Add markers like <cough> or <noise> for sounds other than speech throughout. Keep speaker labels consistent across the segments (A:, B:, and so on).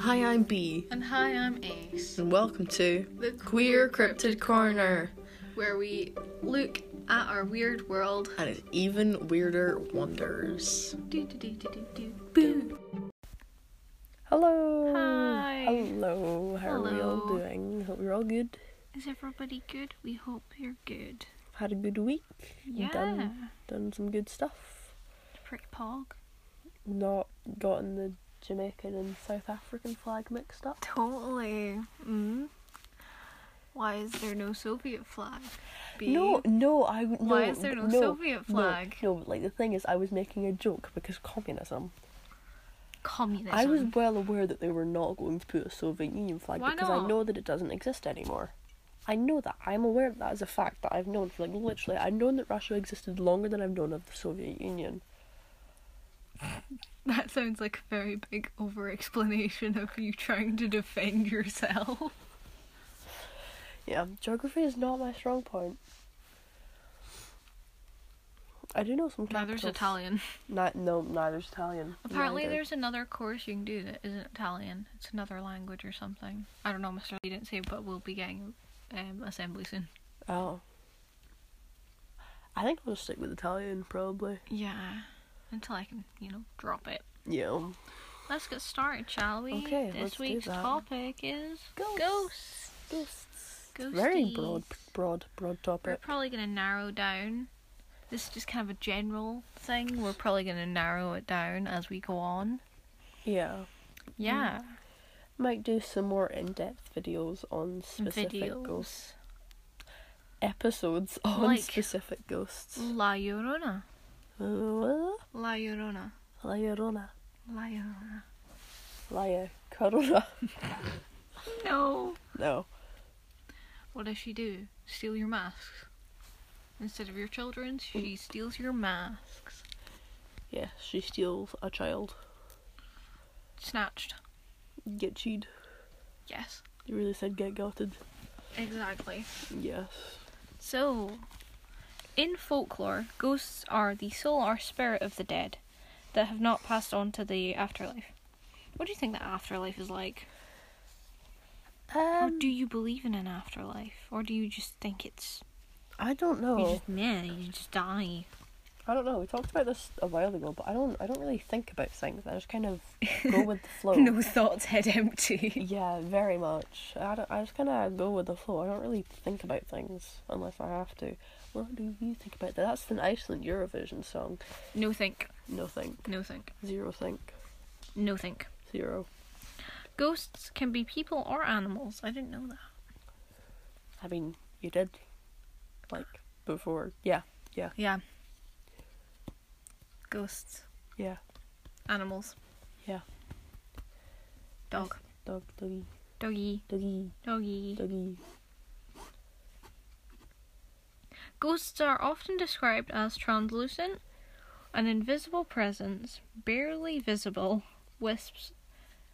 A: Hi, I'm B,
B: And hi, I'm Ace.
A: and welcome to
B: The
A: Queer Cryptid Corner
B: where we look at our weird world.
A: and its even weirder wonders.
B: Do, do, do, do, do, do, boo.
A: Hello!
B: Hi.
A: Hello, how are we all
B: Hello.
A: doing? Hope you're all good.
B: Is everybody good? We hope you're good.
A: Had a good week.
B: Yeah.
A: Done, done some good stuff.
B: Prick pog.
A: Not gotten the Jamaican and South African flag mixed up.
B: Totally.
A: Mm-hmm.
B: Mm. Why is there no Soviet flag? B?
A: No, no, I would- no,
B: Why is there no Soviet
A: no,
B: flag?
A: No, but like the thing is, I was making a joke because communism.
B: Communism.
A: I was well aware that they were not going to put a Soviet Union flag
B: Why
A: because I
B: not?
A: know that it doesn't exist anymore. I know that. I'm aware of that as a fact that I've known for like literally. I've known that Russia existed longer than I've known of the Soviet Union.
B: <laughs> That sounds like a very big over explanation of you trying to defend yourself.
A: Yeah, geography is not my strong point. I do know some.
B: Neither's
A: capitals.
B: Italian.
A: Ni- no, neither's Italian.
B: Apparently,
A: Neither.
B: there's another course you can do that isn't Italian. It's another language or something. I don't know, Mr. Lee didn't say, but we'll be getting um, assembly soon.
A: Oh. I think I'll just stick with Italian probably.
B: Yeah. Until I can, you know, drop it.
A: Yeah.
B: Let's get started, shall we?
A: Okay,
B: This
A: let's do
B: week's
A: that.
B: topic is
A: Ghosts.
B: ghosts.
A: Ghosts. Very broad, broad, broad
B: We're
A: topic.
B: probably going to narrow down. This is just kind of a general thing. We're probably going to narrow it down as we go on.
A: Yeah. Mm-hmm.
B: Yeah.
A: Might do some more in depth videos on specific ghosts.
B: Videos.
A: Episodes <laughs> on
B: Like-
A: specific ghosts.
B: La Llorona.
A: Uh,
B: La Llorona.
A: La Llorona.
B: La Llorona.
A: La Corona. <laughs>
B: No.
A: No.
B: What does she do? Steal your masks. Instead of your children's, she steals your masks.
A: Yeah, she steals a child.
B: Snatched.
A: Get cheated.
B: Yes.
A: You really said get gutted.
B: Exactly.
A: Yes.
B: So, in folklore, ghosts are the soul or spirit of the dead that have not passed on to the afterlife. What do you think that afterlife is like? or
A: Um,
B: do you believe in an afterlife? Or do you just think it's.
A: I don't
B: You
A: know.
B: just, meh, you just die.
A: I don't know. We talked about this a while ago, but I don't. I don't really think about things. I just kind
B: <laughs>
A: of go with the flow.
B: thoughts, head empty.
A: Yeah, very much. I, don't, I just kind of go with the flow. I don't really think about things unless I have to. What do you think about that? That's an Iceland Eurovision song.
B: No think.
A: No think.
B: No think.
A: Zero think.
B: No think.
A: Zero.
B: Ghosts can be people or animals. I didn't know that.
A: I mean, you did. Like, before. Yeah,
B: Yeah. Ghosts,
A: yeah.
B: animals.
A: Yeah.
B: Dog.
A: Dog, doggy,
B: Doggy.
A: doggy,
B: Doggy.
A: doggy.
B: Ghosts are often described as translucent, an invisible presence, barely visible, wisps.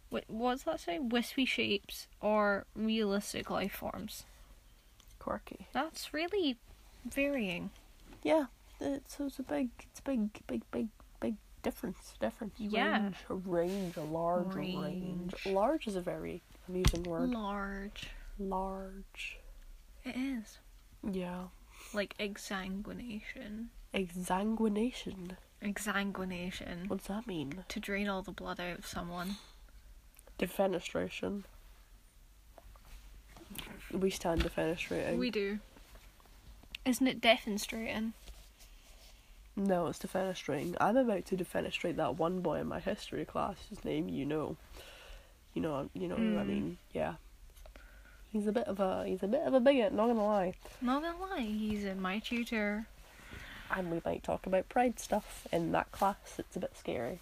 B: What what's that say? Wispy shapes or realistic life forms.
A: Quirky.
B: That's really varying.
A: Yeah, it's, it's a big, it's a big, big, big, big difference. Difference.
B: Yeah.
A: Range, a range, a large range.
B: Range.
A: Large is a very amusing word.
B: Large.
A: large.
B: It is.
A: Yeah.
B: Like exsanguination.
A: Exsanguination.
B: Exsanguination.
A: What's that mean?
B: to drain all the blood out of someone.
A: Defenestration. We stand defenestrating.
B: We do. Isn't it defenestrating?
A: No, it's defenestrating. I'm about to defenestrate that one boy in my history class. His name, you know. You know, you know who I
B: Mm.
A: mean. Yeah. He's a bit of a he's a bit of a bigot. Not gonna lie.
B: Not gonna lie, he's in my tutor.
A: And we might talk about pride stuff in that class. It's a bit scary.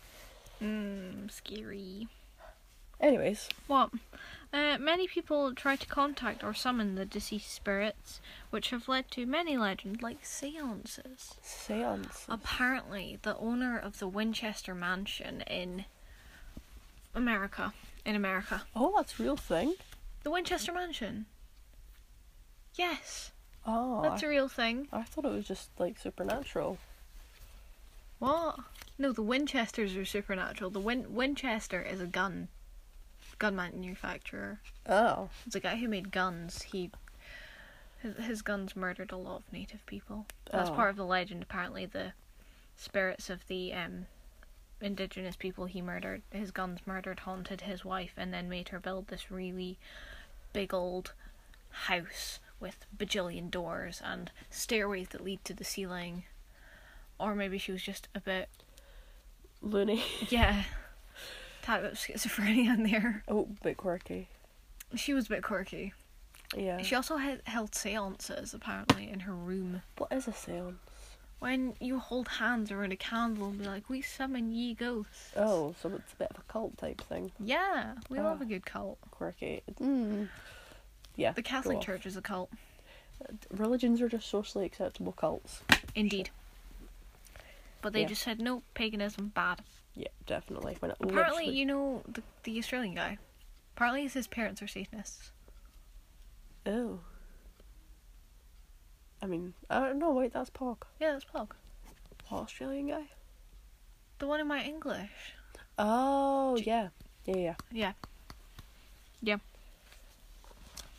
B: Mmm, scary.
A: Anyways,
B: What? Uh, many people try to contact or summon the deceased spirits, which have led to many legends like seances.
A: seance.
B: Uh, Apparently, the owner of the Winchester Mansion in America, in America,
A: Oh, that's a real thing.
B: the Winchester Mansion. Yes,
A: Oh,
B: that's
A: I-
B: a real thing.
A: I thought it was just like supernatural.
B: What? No, the Winchesters are supernatural. The Win- Winchester is a gun. gun manufacturer.
A: Oh.
B: It's a guy who made guns. He his, his guns murdered a lot of native people. That's
A: Oh.
B: part of the legend. Apparently, the spirits of the um, indigenous people he murdered, his guns murdered, haunted his wife, and then made her build this really big old house with bajillion doors and stairways that lead to the ceiling. Or maybe she was just a bit
A: Looney.
B: yeah. Type of schizophrenia in there.
A: <laughs> Oh, bit quirky.
B: She was a bit quirky.
A: Yeah.
B: She also had, held seances, apparently, in her room.
A: What is a seance?
B: When you hold hands around a candle and be like, we summon ye ghosts.
A: Oh, so it's a bit of a cult type thing.
B: Yeah, we
A: Ah.
B: love a good cult.
A: Quirky. Mm. Yeah.
B: Hmm. The
A: go
B: Catholic
A: off.
B: Church is a cult.
A: Religions are just socially acceptable cults.
B: Indeed. But they
A: Yeah.
B: just said, no, paganism, bad.
A: Yeah, definitely. When it
B: Apparently,
A: literally-
B: you know, the, the Australian guy. Apparently, his parents are Satanists.
A: Oh. I mean, I don't know. Wait, that's Pog.
B: Yeah, that's Pog.
A: What Australian guy?
B: The one in my English.
A: Oh yeah, yeah, yeah.
B: Yeah.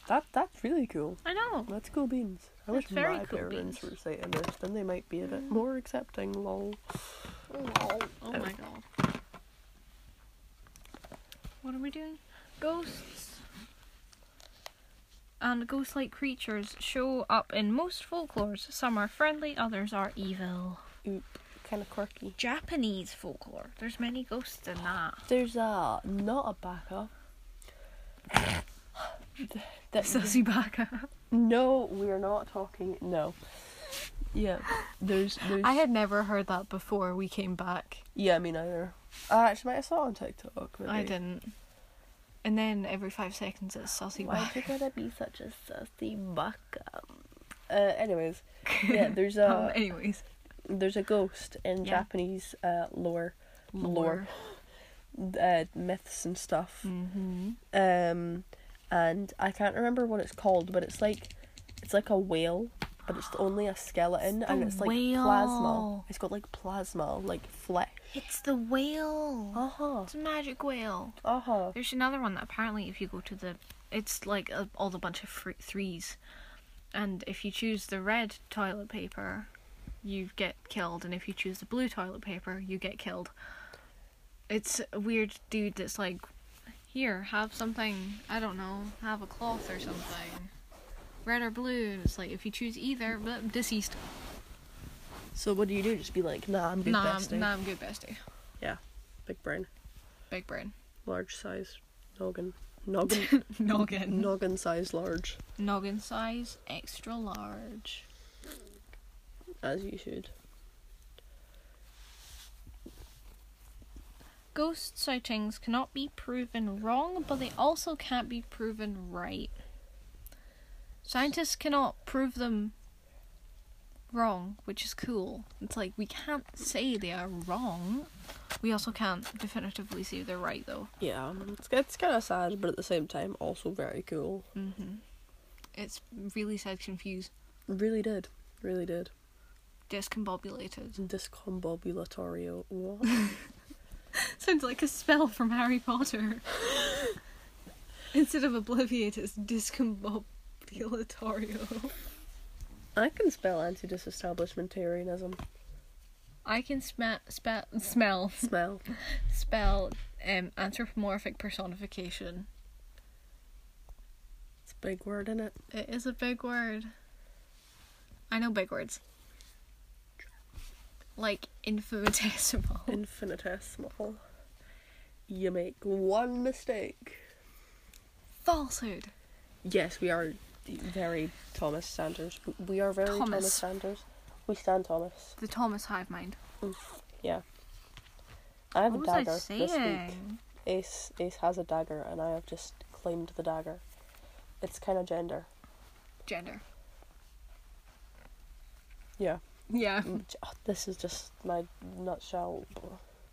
A: That that's really cool.
B: I know.
A: That's cool beans. I
B: That's
A: wish
B: very
A: my
B: cool
A: parents
B: beans. Mm.
A: were Satanists, then they might be a bit more accepting. Lol.
B: Oh my god. What are we doing? Ghosts and ghost like creatures show up in most folklores. Some are friendly, others are evil.
A: Oop, kind of quirky.
B: Japanese folklore. There's many ghosts in that. <laughs>
A: There's a not a backup.
B: <laughs>
A: That's
B: Sussy Baka.
A: no, we're not talking. No. Yeah, there's there's.
B: I had never heard that before we came back.
A: Yeah, me neither. I actually might have saw it on TikTok. Maybe.
B: I didn't. And then every five seconds it's Sussy
A: Why
B: Baka.
A: you gotta be such a sassy baka? Uh,
B: <laughs>
A: anyways, yeah, there's a
B: Um, <laughs> anyways.
A: there's a ghost in
B: Yeah.
A: Japanese uh, lore, lore, uh, myths and stuff.
B: Mm-hmm.
A: Um, and I can't remember what it's called, but it's like it's like a whale, but it's only a skeleton, and
B: the
A: it's like plasma.
B: whale.
A: It's got like plasma, like flesh.
B: It's the whale.
A: Uh huh.
B: It's a magic whale.
A: Uh huh.
B: There's another one that apparently, if you go to the, it's like a, all the bunch of fr- threes, and if you choose the red toilet paper, you get killed, and if you choose the blue toilet paper, you get killed. It's a weird dude that's like, here, have something. I don't know, have a cloth or something, red or blue. And it's like if you choose either, but deceased.
A: So what do you do? Just be like, nah, I'm good
B: Nah,
A: bestie.
B: I'm, nah, I'm good bestie.
A: Big brain,
B: Big brain.
A: large size, noggin,
B: <laughs>
A: noggin, <laughs>
B: Noggin.
A: noggin size large,
B: Noggin size, extra large.
A: as you should.
B: Ghost sightings cannot be proven wrong, but they also can't be proven right. Scientists cannot prove them wrong, which is cool. It's like we can't say they are wrong. We also can't definitively say they're right, though.
A: Yeah, um, it's it's kind of sad, but at the same time, also very cool.
B: Mm-hmm. It's really sad, confused,
A: Really did. Really did.
B: discombobulated. <laughs>
A: Discombobulatorio. What?
B: Sounds like a spell from Harry Potter. <laughs> Instead of obliviate, it's discombobulatorio.
A: I can spell anti disestablishmentarianism.
B: I can sma spe- smell
A: Smell.
B: spell um, anthropomorphic personification.
A: It's a big word in it.
B: It is a big word. I know big words. Like infinitesimal.
A: Infinitesimal. You make one mistake.
B: <laughs> Falsehood.
A: Yes, we are very Thomas Sanders. We are very Thomas,
B: Thomas.
A: Sanders. We stand Thomas.
B: The Thomas Hive Mind.
A: Yeah. I have
B: What
A: a
B: was
A: dagger
B: I
A: this week.
B: saying?
A: Ace Ace has a dagger, and I have just claimed the dagger. It's kind of gender.
B: Gender.
A: Yeah.
B: Yeah.
A: Oh, This is just my nutshell.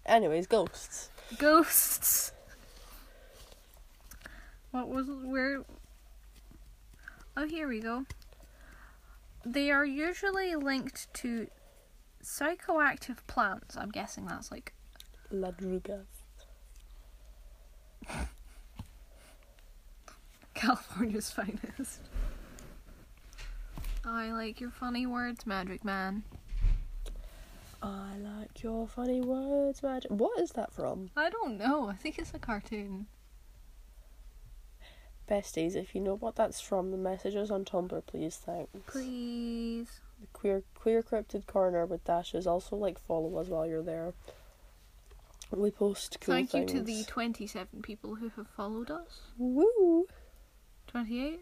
A: Anyways, ghosts.
B: Ghosts. What was where? Oh, here we go. They are usually linked to psychoactive plants. I'm guessing that's like
A: Ladrugas.
B: California's <laughs> finest. I like your funny words, Magic Man.
A: I like your funny words, magic. What is that from?
B: I don't know. I think it's a cartoon.
A: Besties, if you know what that's from, the messages on Tumblr, please. Thanks.
B: Please.
A: The queer queer cryptid corner with dashes. Also, like follow us while you're there. We post cool
B: Thank
A: things.
B: you to the 27 people who have followed us.
A: Woo!
B: 28?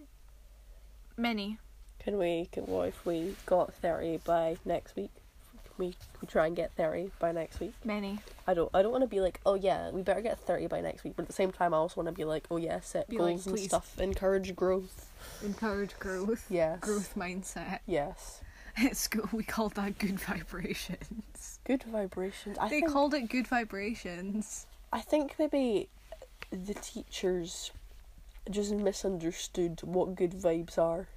B: Many.
A: Can we? Can, what if we got thirty by next week? Can we, we try and get thirty by next week?
B: Many.
A: I don't. I don't want to be like, oh yeah, we better get thirty by next week. But at the same time, I also want to be like, oh yeah, set
B: Be like,
A: goals and
B: please.
A: stuff, encourage growth.
B: Encourage growth.
A: Yes.
B: Growth mindset. <laughs>
A: Yes.
B: At school, we called that good vibrations.
A: Good vibrations. I
B: they
A: think.
B: called it good vibrations.
A: I think maybe the teachers just misunderstood what good vibes are.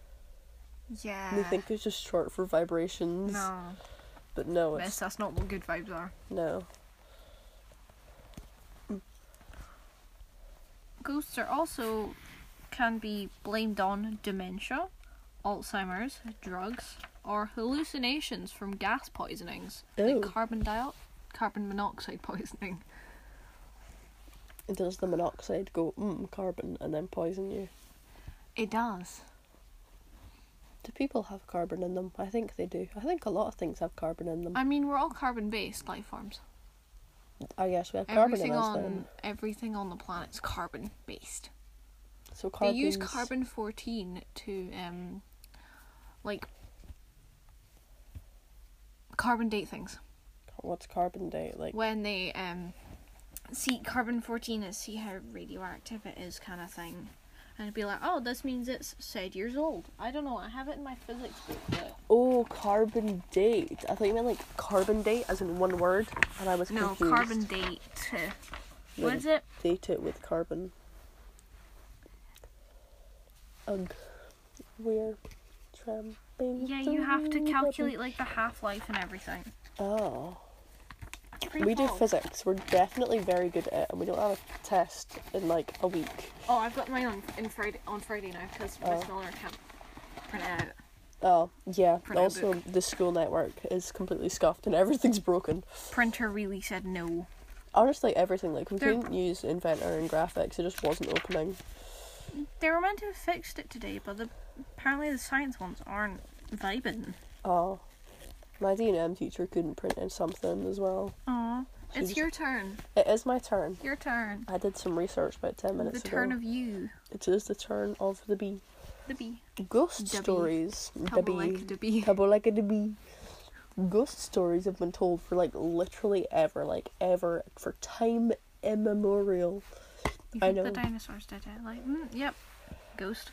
B: Yeah.
A: They think it's just short for vibrations.
B: Ah. no,
A: But no,
B: miss,
A: it's
B: that's not what good vibes are.
A: no.
B: Ghosts are also can be blamed on dementia, Alzheimer's, drugs, or hallucinations from gas poisonings,
A: Ew.
B: like carbon dial, carbon monoxide <laughs> poisoning.
A: It does the monoxide go mm, carbon and then poison you?
B: It does.
A: Do people have carbon in them? I think they do. I think a lot of things have carbon in them.
B: I mean, we're all carbon-based life forms.
A: I guess we have carbon
B: everything
A: in us
B: on
A: then.
B: everything on the planet's carbon-based.
A: So carbon.
B: They use carbon fourteen to um, like carbon date things.
A: What's carbon date like?
B: when they um see carbon fourteen and see how radioactive it is kind of thing. And it'd be like, oh, this means it's said years old. I don't know. I have it in my physics book. But
A: Oh, carbon date. I thought you meant like carbon date as in one word, and I was
B: no,
A: confused.
B: carbon date. What
A: Really
B: is it?
A: Date it with carbon. Ugh. We're tramping.
B: Yeah, you have to
A: through the-
B: calculate like the half life and everything.
A: Oh.
B: It's pretty
A: we do
B: cool.
A: physics. We're definitely very good at it, and we don't have a test in like a week.
B: Oh, I've got mine on in Friday on Friday now because
A: Oh.
B: Miss Miller can't print it out.
A: Oh, yeah.
B: For no
A: also, the school network is completely scuffed and everything's broken.
B: Printer really said no.
A: Honestly, everything. Like, we
B: They're-
A: couldn't use Inventor and graphics, it just wasn't opening.
B: They were meant to have fixed it today, but the, apparently the science ones aren't vibing.
A: Oh. My D&M teacher couldn't print in something as well.
B: Aw,
A: She
B: it's
A: just-
B: your turn.
A: It is my turn.
B: Your turn.
A: I did some research about 10
B: The
A: minutes ago.
B: turn of you,
A: It is the turn of the bee.
B: the bee.
A: Ghost
B: Dubby.
A: stories.
B: Come like
A: Dubby.
B: the bee.
A: Double like a dubby. Ghost stories have been told for like literally ever, like ever, for time immemorial.
B: You
A: I
B: think
A: know.
B: the dinosaurs did it? Like, mm, yep, ghost,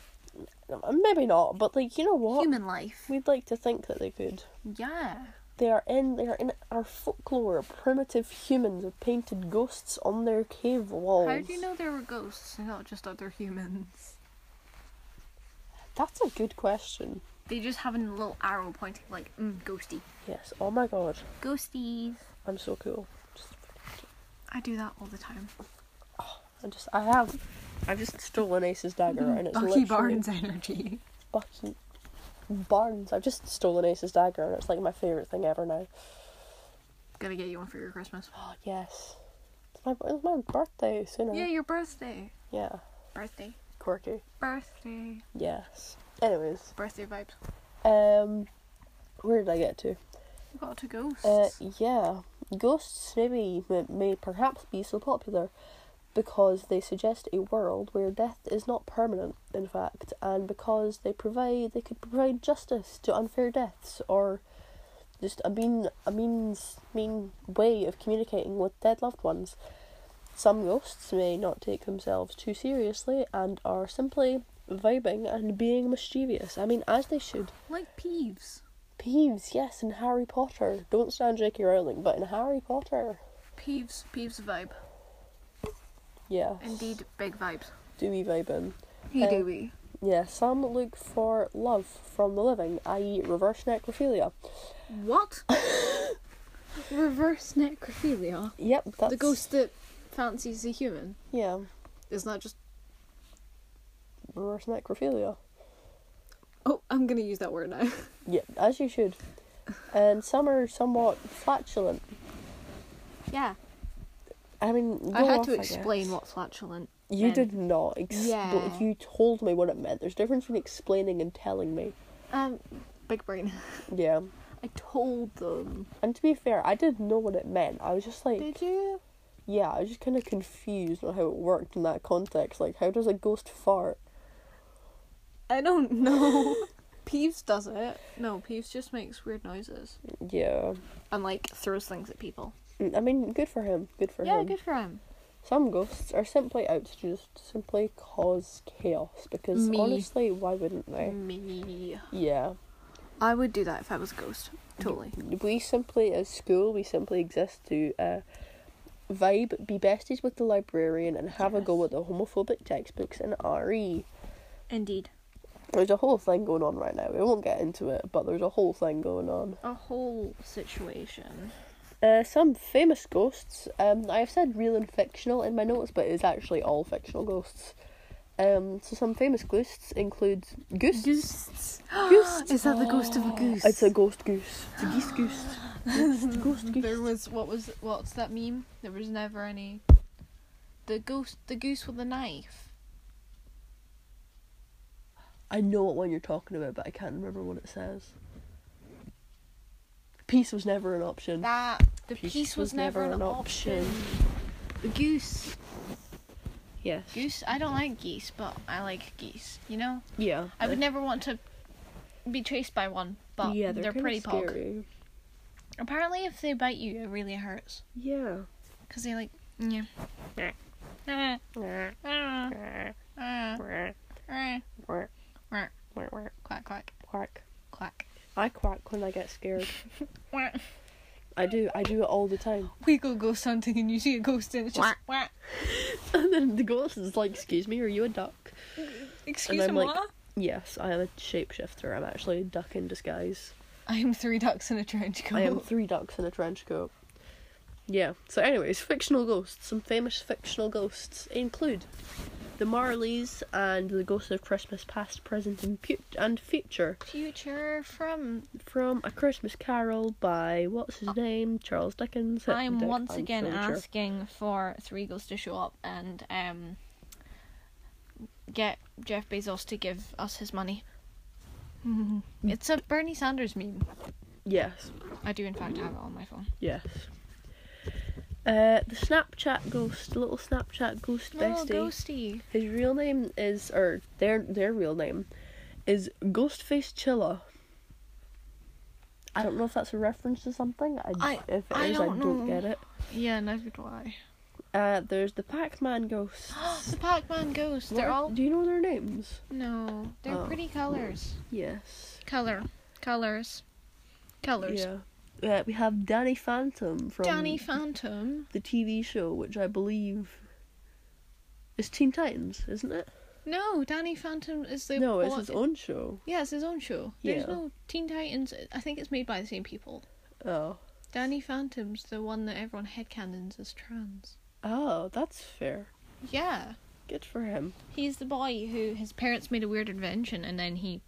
A: Maybe not, but like you know what?
B: human life.
A: We'd like to think that they could.
B: Yeah,
A: They are in. They are in our folklore. Primitive humans have painted ghosts on their cave walls.
B: how do you know there were ghosts and not just other humans?
A: That's a good question.
B: They just have a little arrow pointing like, mm, ghosty,
A: Yes. Oh my god,
B: ghosties.
A: I'm so cool. Just,
B: I do that all the time.
A: I just. I have. I've just stolen Ace's dagger, and it's
B: Bucky
A: literally
B: Barnes energy.
A: Bucky Barnes. I've just stolen Ace's dagger, and it's like my favorite thing ever now.
B: Gonna get you one for your Christmas.
A: Oh yes, it's my it's my birthday sooner.
B: Yeah, your birthday.
A: yeah,
B: Birthday.
A: quirky.
B: Birthday.
A: Yes. Anyways,
B: Birthday vibes.
A: um, where did I get to?
B: We got to ghosts.
A: Uh, yeah, ghosts maybe may, may perhaps be so popular because they suggest a world where death is not permanent. In fact, and because they provide they could provide justice to unfair deaths or just a mean a means mean way of communicating with dead loved ones. Some ghosts may not take themselves too seriously and are simply vibing and being mischievous. I mean, as they should.
B: like Peeves.
A: Peeves, yes, in Harry Potter. Don't stand J.K. Rowling, but in Harry Potter.
B: Peeves. Peeves vibe.
A: Yeah.
B: Indeed, big vibes.
A: Do we vibe in?
B: Hey,
A: Uh,
C: Um,
B: do we?
A: Yeah, some look for love from the living, i.e., reverse necrophilia.
C: <laughs>
B: What? Reverse necrophilia.
A: Yep, that's.
B: The ghost that fancies a human.
A: Yeah.
B: Isn't that just
A: reverse necrophilia.
C: Oh, I'm gonna use that word now. <laughs>
A: Yeah, as you should. And some are somewhat flatulent.
C: Yeah.
A: I mean,
C: I
A: go
C: had
A: off,
C: to explain
A: guess.
C: what flatulent.
A: You
C: meant.
A: did not. Expl-
C: Yeah.
A: You told me what it meant. There's a difference between explaining and telling me.
C: Um, big brain. <laughs>
A: Yeah.
C: I told them.
A: And to be fair, I didn't know what it meant. I was just like,
C: Did you?
A: yeah, I was just kind of confused on how it worked in that context. Like, how does a ghost fart?
C: I don't know. <laughs> Peeves does it. No, Peeves just makes weird noises
A: Yeah.
C: and like throws things at people.
A: Mm, I mean, good for him. Good for
C: yeah,
A: him.
C: good for him.
A: Some ghosts are simply out to just simply cause chaos because
C: Me. Mm.
A: honestly, why wouldn't they?
C: Me.
A: Yeah.
C: I would do that if I was a ghost. Totally.
A: We simply, as school, we simply exist to uh, vibe, be besties with the librarian, and have a go
B: Yes.
A: at the homophobic textbooks and RE.
B: Indeed.
A: There's a whole thing going on right now. We won't get into it, but there's a whole thing going on.
B: A whole situation.
A: Uh, some famous ghosts. Um, I have said real and fictional in my notes, but it's actually all fictional ghosts. Um, so some famous ghosts include goose.
C: Ghosts.
A: Ghosts.
C: Is that the ghost
A: Oh.
C: of a goose?
A: It's a ghost goose. It's a geese goose. Ghost, ghost goose.
C: There was what was what's that meme? There was never any. The ghost, the goose with the knife.
A: I know what one you're talking about, but I can't remember what it says. Peace was never an option.
C: That the piece was, never an option. The goose,
A: Yes.
C: goose. I don't like geese, but I like geese. You know,
A: Yeah.
C: I would never want to be chased by one, but
A: yeah,
C: they're,
A: they're, kinda
C: pretty pog.
A: scary.
C: Apparently, if they bite you, it really hurts
A: Yeah.
C: because they like yeah. Ah, ah, ah, ah. Quack quack
A: Quack.
C: quack.
A: I quack when I get scared.
C: Quack.
A: I do. I do it all the time.
C: We go ghost hunting and you see a ghost and it's just quack.
A: and then the ghost is like, "Excuse me, are you a duck?"
C: Excuse
A: I'm
C: me,
A: like-
C: what?
A: Yes, I am a shapeshifter. I'm actually a duck in disguise.
C: I am three ducks in a trench coat.
A: I
C: <laughs>
A: am three ducks in a trench coat. Yeah. So, anyways, fictional ghosts. Some famous fictional ghosts include the Marleys and the Ghost of Christmas Past, Present, and, pu- and Future
C: Future from
A: from A Christmas Carol by what's his name? Charles Dickens. Hit the
B: I'm
A: Deck
B: once
A: and
B: again
A: Soldier.
B: asking for three girls to show up and um get
C: Jeff Bezos to give us his <laughs> money. it's a Bernie Sanders meme.
A: Yes.
C: I do in fact have it on my phone.
A: Yes. Uh, the Snapchat ghost, little Snapchat ghost
C: Little
A: bestie.
C: Oh, ghosty.
A: His real name is, or their their real name, is Ghostface Chilla. I don't know if that's a reference to something. I,
C: I-
A: if it is,
C: I
A: I
C: don't
A: don't
C: know.
A: get it.
C: Yeah, neither do I. <gasps>
A: Uh, there's the Pac-Man ghosts.
C: the Pac-Man ghosts. <gasps> They're
A: What-
C: all
A: Do you know their names?
C: no. They're
A: Oh.
C: pretty colors.
A: Yes.
C: Color. Colors. Colors.
A: Yeah. Uh, we have Danny Phantom from
C: Danny Phantom.
A: the TV show, which I believe is Teen Titans, isn't it?
C: No, Danny Phantom is the
A: no, it's
C: one-
A: his own show.
C: Yeah, it's his own show. There's
A: Yeah.
C: no Teen Titans. I think it's made by the same people.
A: Oh.
C: Danny Phantom's the one that everyone headcanons as trans.
A: Oh, that's fair.
C: Yeah.
A: Good for him.
C: He's the boy who his parents made a weird invention and then he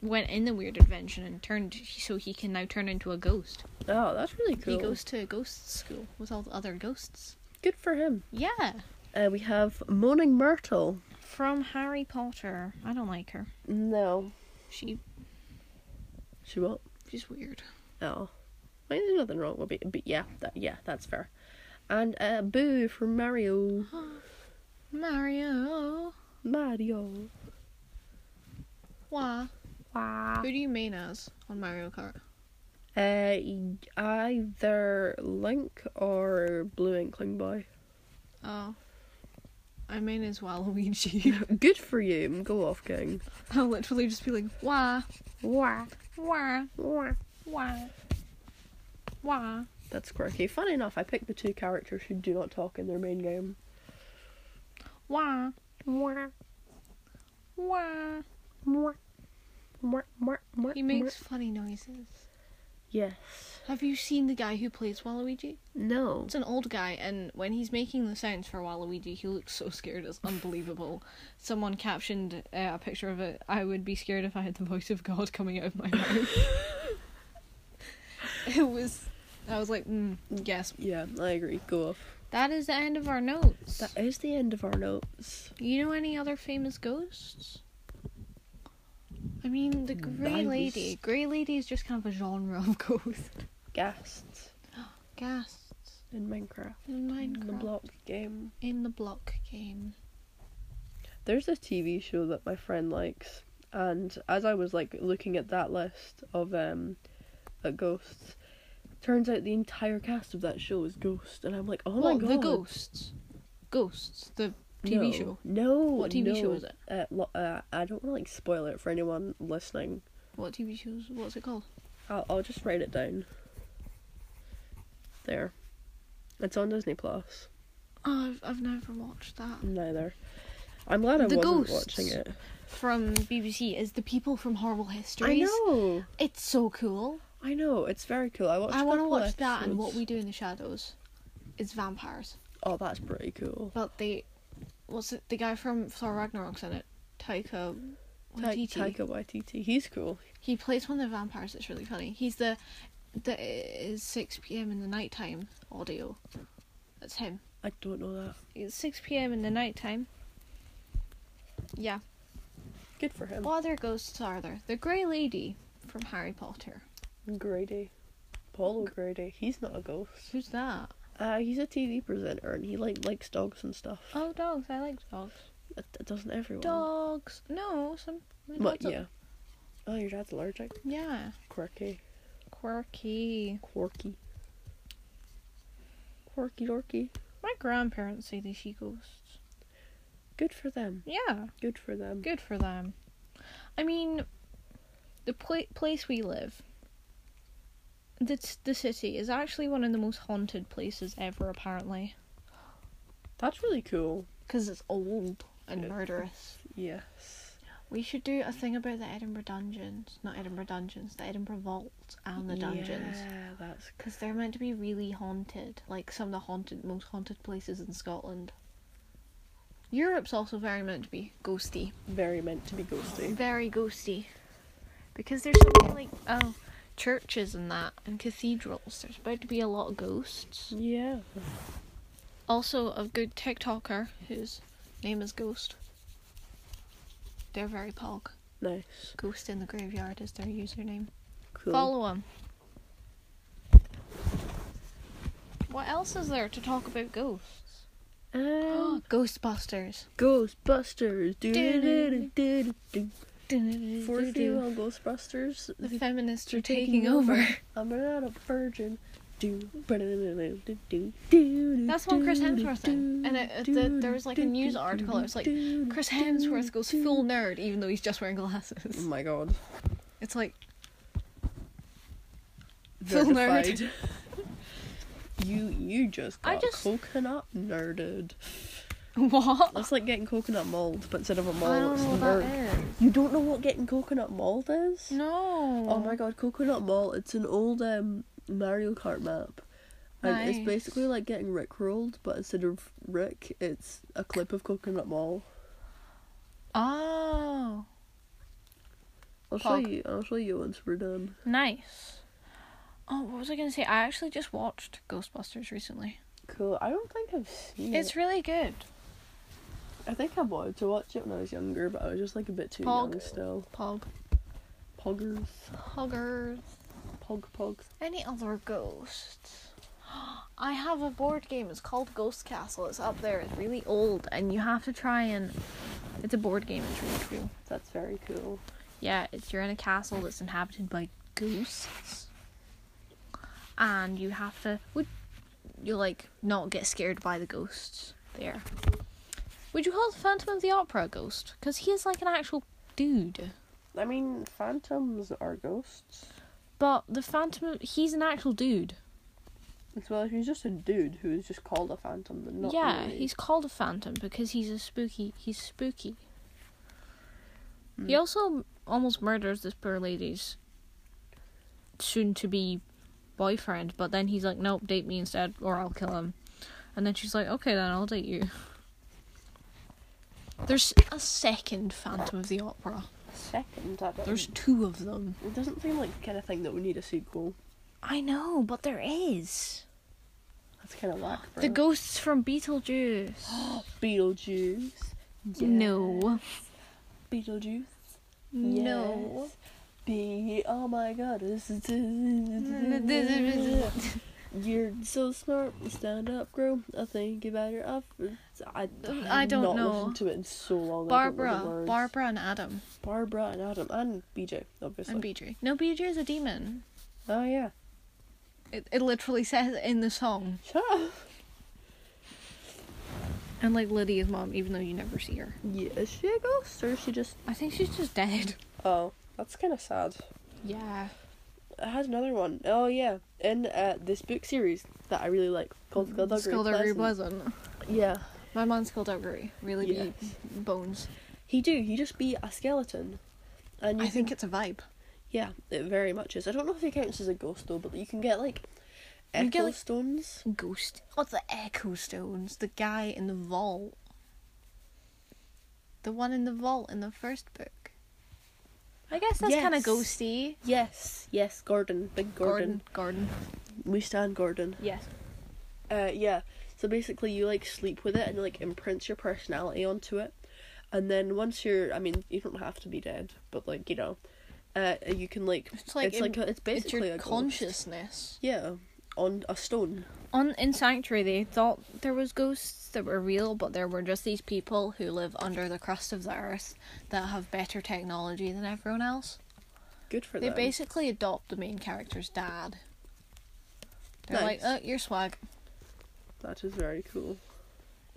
C: went in the weird invention and turned so he can now turn into a ghost.
A: Oh, that's really cool.
C: He goes to a ghost school with all the other ghosts.
A: Good for him.
C: Yeah.
A: Uh, we have Moaning Myrtle.
B: from Harry Potter. I don't like her.
A: No.
C: She
A: She won't.
C: she's weird.
A: Oh. I mean, there's nothing wrong with it. But yeah, that, yeah, that's fair. And uh, Boo from Mario.
C: Mario.
A: Mario.
C: Wah.
A: Wow.
C: Who do you mean as on Mario Kart?
A: Uh, either Link or Blue Inkling Boy.
C: Oh. I mean as Waluigi. <laughs>
A: Good for you. Go off, King.
C: I'll literally just be like, wah,
A: Wah.
C: wah,
A: Wah.
C: wah, wah.
A: That's quirky. Funny enough, I picked the two characters who do not talk in their main game.
C: Wah,
A: Wah.
C: wah.
A: Mwah. Mwah, mwah, mwah,
C: He makes funny noises.
A: Yes.
C: Have you seen the guy who plays Waluigi?
A: No.
C: It's an old guy, and when he's making the sounds for Waluigi, he looks so scared. It's unbelievable. Someone captioned uh, a picture of it. I would be scared if I had the voice of God coming out of
A: <laughs>
C: my mouth. it was. I was like, mm, yes.
A: Yeah, I agree. Go off.
C: That is the end of our notes.
A: That is the end of our notes.
C: you know any other famous ghosts? I mean, the Grey
A: Nice.
C: Lady. Grey Lady is just kind of a genre of ghost.
A: Ghasts
C: Ghasts
A: in Minecraft.
C: in Minecraft.
A: The block game.
C: in the block game.
A: There's a TV show that my friend likes, and as I was like looking at that list of um, uh, ghosts, turns out the entire cast of that show is ghosts, and I'm like, oh
C: Well,
A: my god,
C: The ghosts. Ghosts. The
A: No.
C: TV show.
A: No.
C: What TV show
A: no.
C: is it?
A: Uh, lo- uh, I don't want to like spoil it for anyone listening.
C: What TV shows? What's it called?
A: I'll, I'll just write it down. There. It's on Disney Plus.
C: Oh, I've, I've never watched that.
A: Neither. I'm glad I
C: The
A: wasn't
C: Ghosts.
A: watching it.
C: From BBC is the people from Horrible
A: I
C: Histories.
A: know.
C: It's so cool.
A: I know. It's very cool. I watched.
C: I want to
A: to
C: watch that and What We Do in the Shadows. It's vampires,
A: Oh, that's pretty cool.
C: but they, what's it? The guy from Thor Ragnarok's in it. Taika
A: Ta-
C: Waititi.
A: Taika Waititi. He's cool.
C: He plays one of the vampires. It's really funny. He's the, the is six p.m. in the nighttime audio. That's him.
A: I don't know that.
C: It's 6 p.m. in the nighttime. Yeah.
A: Good for him.
C: What other ghosts are there? The Grey Lady from Harry Potter.
A: Grady. Paul O'Grady. He's not a ghost.
C: Who's that?
A: Uh, he's a TV presenter and he like likes dogs and stuff.
C: Oh, dogs. I like dogs.
A: That, that doesn't everyone.
C: Dogs. No, some. my
A: But
C: dogs are-
A: yeah. Oh, your dad's allergic.
C: Yeah.
A: Quirky.
C: Quirky.
A: Quirky. Quirky dorky.
C: My grandparents say they see ghosts.
A: Good for them.
C: Yeah.
A: Good for them.
C: Good for them. I mean, the pla- place we live, the, t- the city, is actually one of the most haunted places ever, apparently.
A: That's really cool.
C: Because it's old and murderous.
A: Yes.
C: We should do a thing about the Edinburgh Dungeons. Not Edinburgh Dungeons, the Edinburgh Vaults and the dungeons.
A: Yeah, that's
C: Because they're meant to be really haunted. Like some of the haunted, most haunted places in Scotland. Europe's also very meant to be ghosty.
A: very meant to be ghosty.
C: Very ghosty. Because there's so many, like, oh, churches and that, and cathedrals. There's about to be a lot of ghosts.
A: Yeah.
C: Also, a good TikToker whose name is Ghost. They're very pog.
A: Nice.
C: Ghost in the Graveyard is their username.
A: Cool.
C: Follow him. What else is there to talk about ghosts? <gasps>
A: Um,
C: Ghostbusters.
A: Ghostbusters. Do-do-do-do-do-do. For
C: The
A: female Ghostbusters,
C: feminists
A: they're
C: are taking over.
A: <laughs> I'm not a virgin. Do That's
C: That's one Chris Hemsworth thing. And it, it, the, there was like a news article. It was like Chris Hemsworth goes full nerd, even though he's just wearing
A: Oh
C: glasses.
A: my god.
C: It's like <laughs> Full nerd. <laughs>
A: Verified. you you just got
C: I just-
A: coconut nerded.
C: what?
A: That's like getting coconut mold, but instead of a
C: I
A: mold,
C: don't
A: it's
C: know what
A: nerd.
C: that is.
A: You don't know what getting coconut mold is?
C: No.
A: Oh my god, Coconut Mall, it's an old um, Mario Kart map. And it's
C: Nice.
A: basically like getting Rickrolled, but instead of Rick, it's a clip of Coconut Mall.
C: Oh,
A: I'll show
C: Pog.
A: you I'll show you once we're done.
C: nice. Oh, what was I gonna say? I actually just watched Ghostbusters recently.
A: Cool. I don't think I've seen
C: It's really good.
A: I think I wanted to watch it when I was younger, but I was just like a bit too
C: Pog.
A: young still.
C: Pog.
A: Poggers.
C: Huggers.
A: Pog pogs.
C: Any other ghosts? <gasps> I have a board game. It's called Ghost Castle. It's up there. It's really old, and you have to try and. It's a board game. It's really cool.
A: That's very cool.
C: Yeah, it's you're in a castle that's inhabited by ghosts, and you have to would you like not get scared by the ghosts there. Would you call the Phantom of the Opera a ghost? Because he is like an actual dude.
A: I mean, phantoms are ghosts.
C: But the Phantom, he's an actual dude.
A: As well, he's just a dude who is just called a phantom, but not
C: yeah,
A: really.
C: he's called a phantom because he's a spooky. He's spooky. Hmm. He also almost murders this poor lady's soon to be boyfriend, but then he's like, nope, date me instead, or I'll kill him. And then she's like, okay, then I'll date you. There's a second Phantom of the Opera.
A: Second, that doesn't,
C: There's two of them.
A: it doesn't seem like the kind of thing that would need a sequel.
C: I know, but there is.
A: That's kind of whack.
C: The
A: bro.
C: ghosts from <gasps> Beetlejuice.
A: Beetlejuice.
C: No.
A: Beetlejuice.
C: No.
A: Yes. Be oh my god. this is- You're so smart. Stand up, girl. I think about your up. I,
C: I don't
A: not
C: know.
A: listened to it in so long. I don't know the
C: Barbara.
A: words.
C: Barbara and Adam.
A: Barbara and Adam and BJ obviously.
C: And BJ. No, BJ is a demon.
A: oh yeah.
C: It, it literally <laughs> says it in the song.
A: Shut up.
C: And like Lydia's mom, even though you never see her.
A: Yeah, is she a ghost or is she just?
C: I think she's just dead.
A: Oh, that's kind of sad.
C: <laughs> Yeah.
A: I had another one. Oh yeah, in uh, this book series that I really like called Skullduggery.
C: Skullduggery
A: Pleasant.
C: Mm-hmm. Pleasant.
A: Yeah,
C: My mom's Skullduggery. Really be
A: Yes.
C: bones.
A: he do. He just be a skeleton, and you
C: I
A: can-
C: think it's a vibe.
A: yeah, it very much is. I don't know if it counts as a ghost though, but you can get like echo
C: You get, like-
A: stones.
C: Ghost. What's the Echo Stones? The guy in the vault. The one in the vault in the first book. I guess that's kind of
A: Yes.
C: ghosty.
A: Yes, yes, Gordon, big Gordon.
C: Gordon.
A: We stand Gordon.
C: Yes.
A: Uh, yeah. So basically, you like sleep with it and like imprints your personality onto it, and then once you're, I mean, you don't have to be dead, but like you know, uh, you can like
C: It's like
A: it's
C: in-
A: like a, it's
C: It's
A: basically
C: your
A: a ghost.
C: consciousness.
A: Yeah, on a stone.
C: On in Sanctuary, they thought there was ghosts that were real, but there were just these people who live under the crust of the earth that have better technology than everyone else.
A: Good for
C: They
A: them.
C: basically adopt the main character's dad. They're like,
A: Nice.
C: "Oh, you're swag."
A: that is very cool.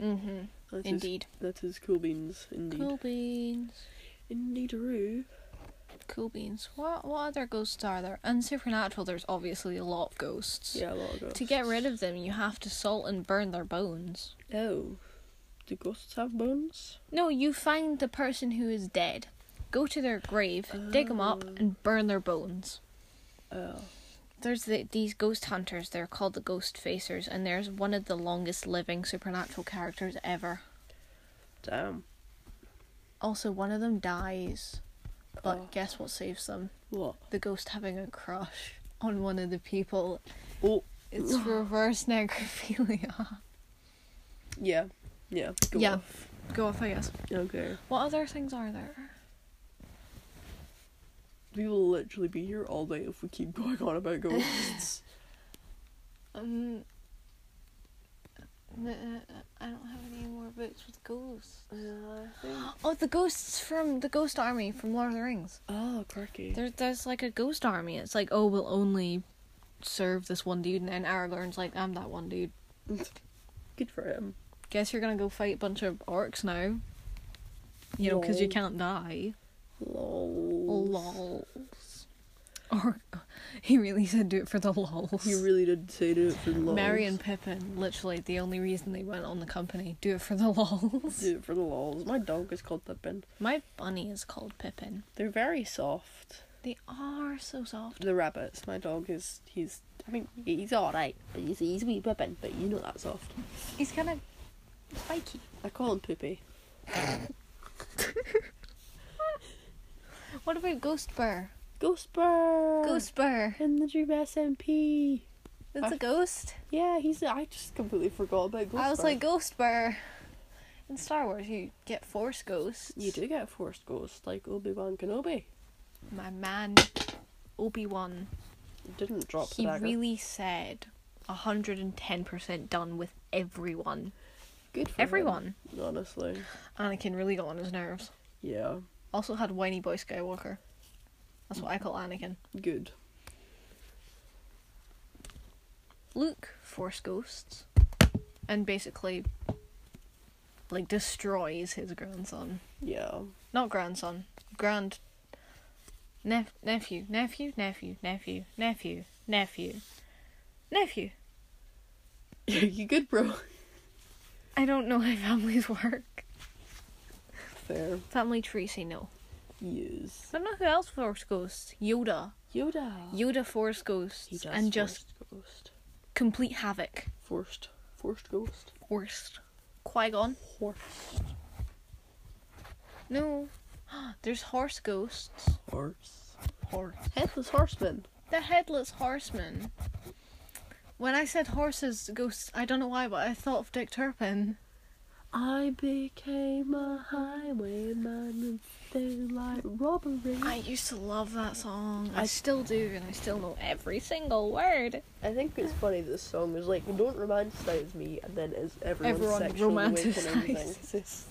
C: Mm-hmm.
A: That is-
C: Indeed.
A: that is cool beans. Indeed.
C: Cool beans.
A: Indeedaroo.
C: Cool beans. What what other ghosts are there? And supernatural, there's obviously a lot of ghosts.
A: Yeah, a lot of ghosts.
C: To get rid of them, you have to salt and burn their bones.
A: Oh, do ghosts have bones?
C: No, you find the person who is dead, go to their grave, dig 'em dig them up, and burn their bones.
A: Oh,
C: There's the, these ghost hunters. They're called the ghost facers, and there's one of the longest living supernatural characters ever.
A: damn.
C: Also, one of them dies, but
A: Oh.
C: guess what saves them?
A: What?
C: The ghost having a crush on one of the people.
A: Oh,
C: It's reverse <laughs> necrophilia.
A: yeah, yeah. Go
C: Yeah.
A: off.
C: Go off, I guess.
A: Okay.
C: What other things are there?
A: We will literally be here all day if we keep <laughs> going on about
C: <laughs>
A: ghosts.
C: Um, uh, I don't have any more books with ghosts. <gasps> Oh, the ghosts from the Ghost Army from Lord of the Rings.
A: oh, crikey.
C: There, there's like a ghost army. It's like, oh, we'll only serve this one dude, and then Aragorn's like, I'm that one dude.
A: Good for him.
C: Guess you're gonna go fight a bunch of orcs now. You know, because you
A: Lol.
C: can't die.
A: Lol.
C: Lols. Or <laughs> he really said do it for the lols.
A: You really did say do it for lols.
C: Mary and Pippin, literally the only reason they went on the company, do it for the <laughs> lols.
A: Do it for the lols. My dog is called Pippin.
C: My bunny is called Pippin.
A: They're very soft.
C: They are so soft.
A: The rabbits. My dog is. He's. I mean, he's alright. But he's, he's a wee Pippin, but you know that soft.
C: He's kind of spiky.
A: I call him Poopy.
C: What about Ghost Burr?
A: Ghost Burr!
C: Ghost Burr.
A: In the Dream SMP.
C: It's a ghost.
A: Yeah, he's. I just completely forgot about Ah. Ghost
C: I was
A: Burr.
C: like, Ghost Burr. In Star Wars, you get Force Ghosts.
A: You do get a forced ghost, like Obi Wan Kenobi.
C: My man, Obi Wan,
A: Didn't drop
C: he
A: the dagger.
C: really said 110% done with everyone.
A: Good for him,
C: Everyone.
A: honestly.
C: Anakin really got on his nerves.
A: Yeah.
C: Also had Whiny Boy Skywalker. That's what I call Anakin.
A: Good.
C: Luke, Force Ghosts, and basically, like, destroys his grandson.
A: Yeah. <laughs>
C: Not grandson, grand. Nep- nephew, nephew, nephew, nephew, nephew, nephew, nephew.
A: you good, bro? <laughs>
C: I don't know how <laughs> families work.
A: Fair.
C: Family tree, say no.
A: Yes.
C: I don't know who else Force Ghosts. Yoda.
A: Yoda.
C: Yoda force ghosts
A: He does
C: and just
A: forced ghost.
C: complete havoc.
A: Forced. Forced ghost.
C: Worst. Qui Gon?
A: Horse.
C: No. <gasps> There's horse ghosts.
A: Horse.
C: Horse.
A: Headless horseman.
C: The headless horseman. When I said horses, ghosts, I don't know why, but I thought of Dick Turpin.
A: I became a highwayman in daylight robbery.
C: I used to love that song. I still do, and I still know every single word.
A: I think it's funny that the song was like, "Don't romanticize me," and then is everyone, sexual romanticizing
C: romanticizes this.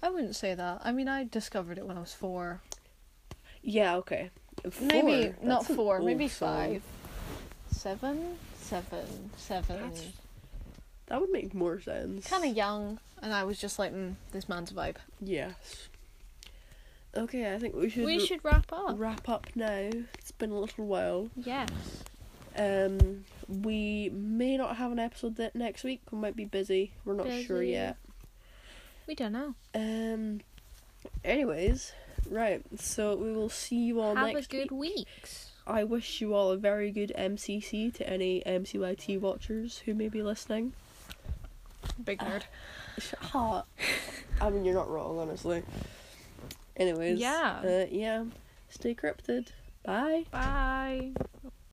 C: I wouldn't say that. I mean, I discovered it when I was four.
A: Yeah, okay.
C: maybe not
A: that's an
C: four,
A: old
C: maybe
A: song.
C: five. Seven? Seven. Seven.
A: That's- That would make more sense.
C: Kind of young, and I was just like, mm, this man's vibe.
A: Yes. Okay, I think we should,
C: We
A: r-
C: should wrap up.
A: wrap up now. It's been a little while.
C: Yes.
A: Um, we may not have an episode that next week. We might be busy. We're not sure
C: Busy.
A: yet.
C: We don't know.
A: Um. Anyways, right. So we will see you all
C: Have a
A: next
C: good
A: week.
C: week.
A: I wish you all a very good MCC to any MCYT watchers who may be listening.
C: Big nerd.
A: Shut up. I mean, you're not wrong, honestly. Anyways.
C: Yeah.
A: Uh, yeah. Stay cryptid. Bye.
C: Bye.